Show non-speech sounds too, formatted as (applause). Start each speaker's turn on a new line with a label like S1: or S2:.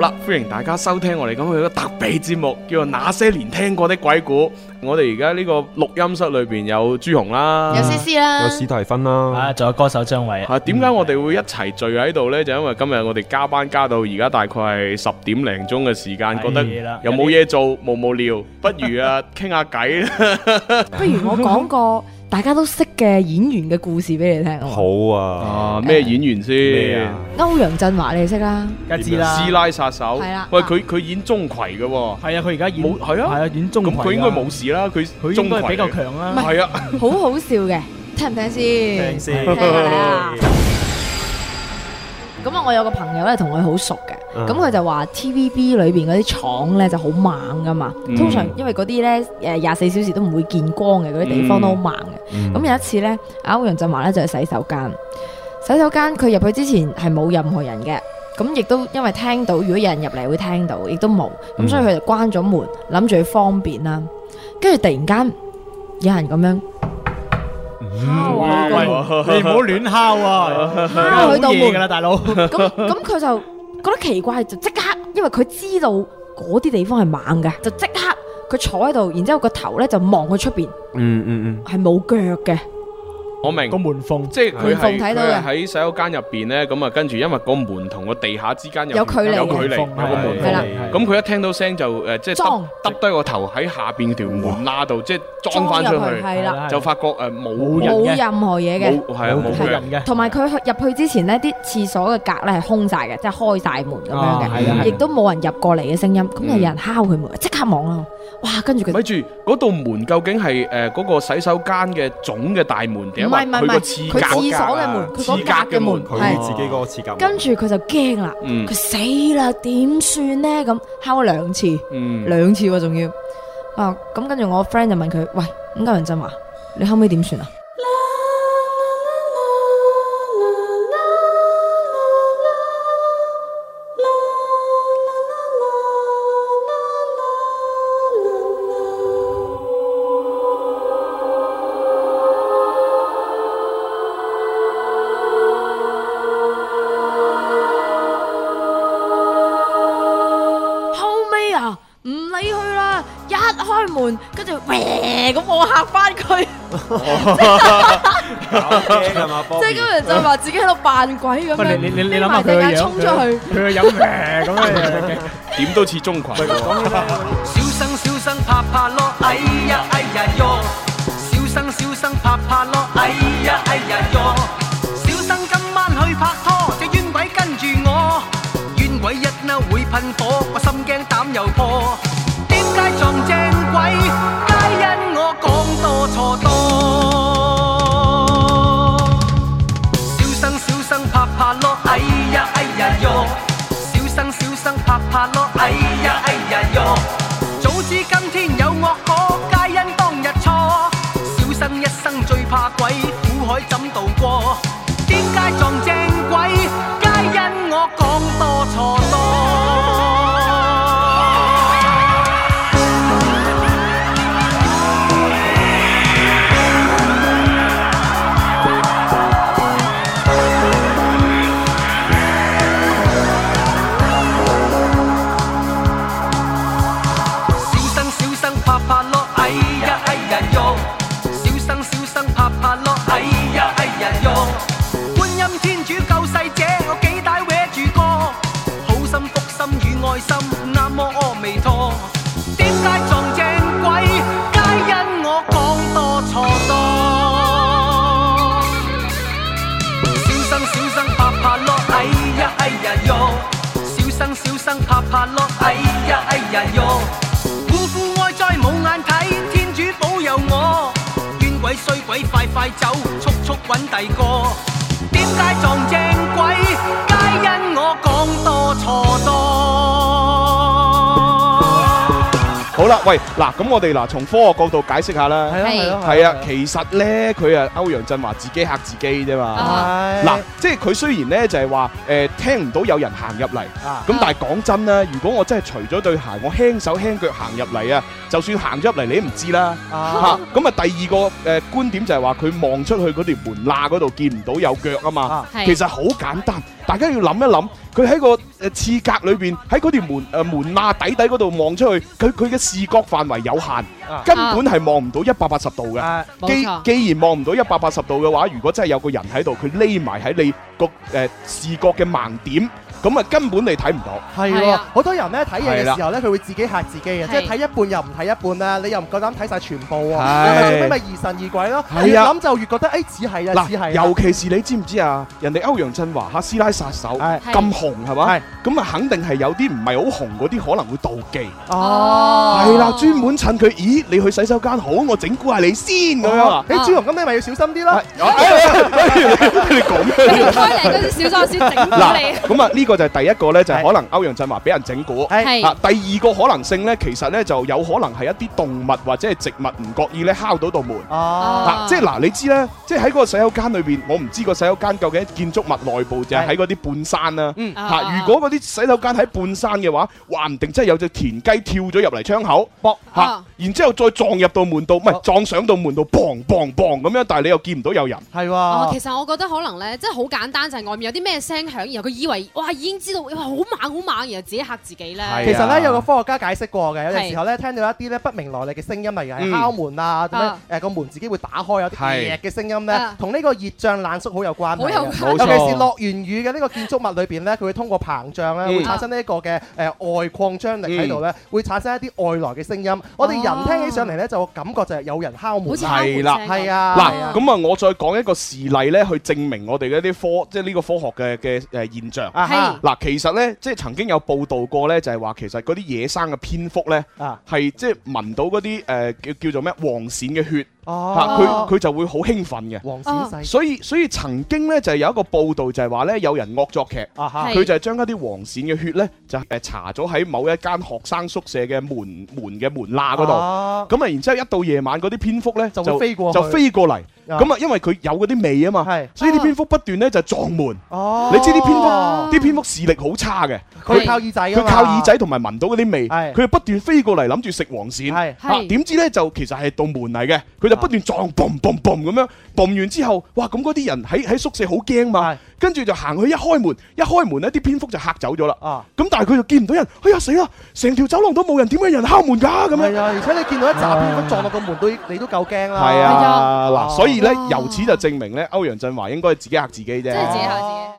S1: 啦，歡迎大家收聽我哋咁嘅一個特備節目，叫做《那些年聽過的鬼故》。我哋而家呢個錄音室裏邊有朱紅啦，
S2: 有 C C 啦，
S3: 有史提芬啦，
S4: 啊，仲有歌手張偉
S1: 嚇點解我哋會一齊聚喺度呢？就因為今日我哋加班加到而家大概係十點零鐘嘅時間，覺得
S4: 係啦
S1: 又冇嘢做，無無聊，不如
S4: (laughs)
S1: 啊傾下偈啦。
S2: 不如我講個大家都識嘅演員嘅故事俾你聽。
S3: 好啊，
S1: 啊，咩演員
S3: 咩
S1: 先？
S3: 啊？
S2: 歐陽振華你哋識啦，
S4: 梗係知啦，
S1: 師奶殺手。
S2: 係啦
S1: 喂，佢佢演鍾馗嘅喎，
S4: 係啊，佢而家演
S1: 冇係啊
S4: 係啊，演中
S1: 咁佢應該
S4: 應該
S1: 冇，事啦。佢
S4: 佢
S1: 鍾馗
S4: 應該比較
S1: 嚟嘅
S4: 強
S2: 唔係
S4: 啦，
S1: 係啊。
S2: 好好笑嘅，聽唔聽先？
S4: 正先
S2: 聽下
S4: (laughs)
S2: 啦。咁啊，我有個朋友咧，同佢好熟嘅，
S3: 嗯
S2: 咁佢就話 TVB 裏邊嗰啲廠咧就好猛噶嘛，
S1: 嗯
S2: 通常因為嗰啲咧誒廿四小時都唔會見光嘅，嗰啲地方都好猛嘅。
S3: 嗯
S2: 咁有一次咧，阿歐陽振華咧就去洗手間，洗手間佢入去之前係冇任何人嘅，咁亦都因為聽到如果有人入嚟會聽到，亦都冇，咁
S3: 嗯
S2: 所以佢就關咗門，諗住去方便啦。跟住突然間有人咁樣敲我
S4: 哇
S2: 個
S4: 喂你
S2: 門，
S4: 唔好亂敲啊，
S2: 敲佢道
S4: 好嘢
S2: 門
S4: 㗎，啦，大佬，
S2: 咁咁佢就覺得奇怪，就即刻，因為佢知道嗰啲地方係猛嘅，就即刻佢坐喺度，然之後個頭咧就望佢出邊
S3: 嗯嗯
S2: 係冇腳嘅，
S1: 我明
S4: 個。門縫
S1: 即係佢係
S2: 門縫睇到嘅
S1: 佢係喺洗手間入邊咧，咁啊跟住因為個門同個地下之間有
S2: 有距離
S1: 有
S2: 嘅
S1: 距離，有
S4: 門縫
S1: 個門
S2: 係係啦
S1: 縫。咁佢一聽到聲就誒，即係
S2: 裝
S1: 耷耷低個頭喺下邊條門罅度，即係裝翻出
S2: 裝入去
S1: 去，
S2: 係啦，
S1: 就發覺誒冇
S4: 冇人
S2: 冇
S4: 嘅
S2: 任何嘢嘅。
S1: 冇係啊冇
S4: 冇
S1: 嘅。
S4: 人嘅，
S2: 同埋佢去入去之前呢啲廁所嘅格咧係空晒嘅，即係開晒門咁樣
S4: 啊係
S1: 啊係啊
S2: 嘅，亦都冇人入過嚟嘅聲音。咁就
S1: 嗯
S2: 有人敲佢門，即刻望啦！哇，跟住佢
S1: 咪住嗰道門究竟係誒嗰個洗手間嘅總嘅大門定係
S2: 唔
S1: 話
S2: 係唔係
S1: 佢
S2: 唔
S1: 個
S2: 係，
S1: 廁
S2: 佢
S1: 格？
S2: 廁所嘅門，佢嗰格嘅門
S1: 廁
S3: 佢
S2: 係。
S3: 自己嗰個設計，
S2: 跟住佢就驚啦，
S1: 嗯
S2: 佢死啦，點算呢？咁敲咗兩次，
S1: 嗯，
S2: 兩次喎仲要。啊，咁跟住我 friend 就問佢：，喂，咁歐陽振華，你後尾點算啊？後尾啊，唔理佢啦，一開門，跟住喂咁我嚇翻
S4: (laughs)
S2: 佢，
S3: 啊係嘛？
S2: 即係歐陽振華自己喺度扮鬼咁樣，
S4: 喂你你你你
S2: 匿
S4: 諗
S2: 埋
S4: 下佢
S2: 隻
S4: 個
S2: 眼
S4: 樣，
S2: 衝出
S4: 佢
S2: 去。
S4: 個樣咩咁樣嘅，
S1: 點都似鍾馗喎。
S5: 小生小生拍拍咯，哎呀哎呀喲！小生小生拍拍咯，哎呀哎呀喲！小生今晚去拍拖，只冤鬼跟住我，冤鬼一嬲會噴火，我心驚膽又破。點解撞正鬼？皆因我講多錯多。小生小生拍拍咯，哎呀哎呀喲！小生小生拍拍咯，哎呀哎呀喲！早知今天有惡果，皆因當日錯。小生一生最怕鬼，苦海怎渡過？點解撞正鬼？皆因我講多錯多。小生小生拍拍咯，哎呀哎呀喲！小生小生拍拍咯，哎呀哎呀喲！觀音天主救世者，我幾大搲住歌，好心福心與愛心，南無阿彌陀。點解撞正鬼？皆因我講多錯多。小生小生拍拍咯，哎呀哎呀喲！小生小生拍拍咯，哎呀哎呀喲！辜負愛再冇眼睇，天主保佑我。冤鬼衰鬼快快走，速速揾第個。點解撞正鬼？皆因我講多錯多。
S1: 好啦，啦，喂，嗱，咁我哋嗱從科學角度解釋下啦。
S2: 係
S1: 係啊，其實咧佢啊歐陽震華自己嚇自己啫
S6: 啊
S1: 嘛。嗱，即係佢雖然咧就係話誒聽唔到有人行入嚟，
S6: 啊
S1: 咁但係講真啦，如果我真係除咗對鞋，我輕手輕腳行入嚟啊，就算行咗入嚟你都唔知啦。嚇，咁啊第二個誒觀點就係話佢望出去嗰條門罅嗰度見唔到有腳啊嘛
S6: 啊。
S7: 係
S1: 其實好簡單，大家要諗一諗，佢喺個誒刺格裏邊，喺嗰條門誒、呃、門罅底底嗰度望出去，佢佢嘅視覺範圍有限，
S6: 啊
S1: 根本係望唔到一百八十度嘅。
S6: 啊
S7: 冇
S1: 既
S7: 錯
S1: 既然望唔到一百八十度嘅話，如果真係有個人喺度，佢匿埋喺你個誒、呃、視覺嘅盲點，咁啊根本你睇唔到。
S6: 係
S7: 係
S6: 喎，
S7: 啊
S6: (laughs) 好多人咧睇嘢
S1: 係啦
S6: 嘅時候咧，佢會自己嚇自己嘅，
S7: 係
S6: 即係睇一半又唔睇一半啦，你又唔夠膽睇晒全部喎，
S1: 係
S6: 因為最尾咪疑神疑鬼咯，
S1: 係啊
S6: 越諗就越覺得誒只
S5: à,
S6: 係啊，只
S1: 嗱，
S6: 係
S1: 尤
S6: 啊
S1: 其是你知唔知啊？人哋歐陽震華嚇師奶殺手
S6: 係
S1: 咁紅係嘛
S6: 係？
S1: 咁啊肯定係有啲唔係好紅嗰啲可能會妒忌。
S6: 哦。
S1: 係啦，專
S2: (laughs)
S1: 門趁佢，咦？你去洗手間好，我整蠱下你先咁樣啊！
S6: 你朱紅咁你咪要小心啲咯。
S1: (laughs) 你講
S2: (laughs)
S1: 咩？
S7: 你開嚟嗰啲小喪屍整蠱你。
S1: 咁啊，呢個就係第一個咧，就係
S6: 係
S1: 可能歐陽震華俾人整蠱。
S6: 係。
S2: 哎
S7: 係。
S1: 啊，第二個可能性咧，其實咧就有可能係一啲動物或者係植物唔覺意咧敲到道門。
S6: 哦。
S1: 啊！即係嗱，你知咧，即係喺個洗手間裏邊，我唔知個洗手間究竟喺建築物內部就係喺嗰啲半山啦。
S7: 啊，
S1: 嚇！嗯如果嗰啲洗手間喺半山嘅話，話唔定真係有隻田雞跳咗入嚟窗口，
S6: 搏
S1: 嚇
S7: 啊！
S1: 然之後再撞入到門度，唔係
S6: 哦
S1: 撞上到門度，砰砰砰咁樣，但係你又見唔到有人。
S6: 係
S7: 哦，
S6: 喎。
S7: 其實我覺得可能咧，即係好簡單，就係外面有啲咩聲響，然後佢以為哇已經知道，哇好猛好猛，然後自己嚇自己
S1: 係
S3: 啊
S7: 咧。
S6: 其實咧有個科學家解釋過嘅，有陣時
S7: 係
S6: 候咧聽到一啲咧不明來歷嘅聲音，例如
S1: 嗯
S6: 係敲門啊，咁樣
S7: 啊
S6: 誒個門自己會打開，有啲
S1: 係
S6: 嘢嘅聲音咧
S7: 啊，
S6: 同呢個熱脹冷縮好有關係
S7: 好有
S6: 嘅。
S7: 關
S6: 尤
S4: 冇
S6: 其
S4: 錯
S6: 是落完雨嘅呢個建築物裏邊咧，佢會通過膨脹咧，
S1: 嗯
S6: 會產生呢一個嘅誒外擴張力喺度咧，會產生一啲外來嘅聲音。我哋人聽起上嚟咧，就感覺就係有人敲門
S7: 好似
S6: 啦。
S1: 係啦
S7: 敲門聲咁
S6: 係啊，係
S1: 嗱，
S6: 啊
S1: 咁啊，我再講一個事例咧，去證明我哋嘅一啲科，即係呢個科學嘅嘅誒現象。
S6: 啊哈
S1: 嗱，其實咧，即係曾經有報道過咧，就係話其實嗰啲野生嘅蝙蝠咧，
S6: 啊
S1: 係即係聞到嗰啲誒叫叫做咩黃鱔嘅血，嚇
S6: 哦
S1: 啊佢，佢就會好興奮嘅。
S6: 黃小
S7: 哦
S6: 細
S1: 所以所以曾經咧就係有一個報道就係話咧有人惡作劇。
S6: 啊哈
S7: 係
S1: 佢就係將一啲黃鱔嘅血呢，就誒搽咗喺某一間學生宿舍嘅門門嘅門罅嗰度。
S6: 度
S1: 咁啊，然之後一到夜晚，嗰啲蝙蝠呢，
S6: 哦就會飛過去
S1: 就飛過嚟。咁啊，因為佢有嗰啲味啊嘛，
S6: 係
S1: 所以啲蝙蝠不斷呢就撞門。
S6: 哦，
S1: 你知啲蝙蝠
S7: 哦
S1: 啲蝙蝠視力好差嘅，
S6: 佢靠耳仔㗎
S1: 佢
S6: 啊嘛
S1: 靠耳仔同埋聞到嗰啲味，
S6: 係
S1: 佢就不斷飛過嚟諗住食黃鱔。
S6: 係
S1: 啊
S7: 係，
S1: 點知呢？就其實係道門嚟嘅，佢就不斷撞嘣嘣嘣咁樣，嘣完之後，哇！咁嗰啲人喺喺宿舍好驚嘛
S6: 係，
S1: 跟住就行去一開門，一開門呢啲蝙蝠就嚇走咗啦。
S6: 啊。
S1: 咁但係佢就見唔到人，哎呀死啦！成條走廊都冇人，點解有人敲門㗎？咁樣
S6: 係啊，而且你見到一紮蝙蝠撞落個門都，你都夠驚啦。
S1: 係
S7: 係
S2: 哦
S1: 啊，嗱，所以呢，
S7: 哇
S1: 由此就證明呢，歐陽震華應該係自己嚇自己啫。
S7: 真係自己嚇自己。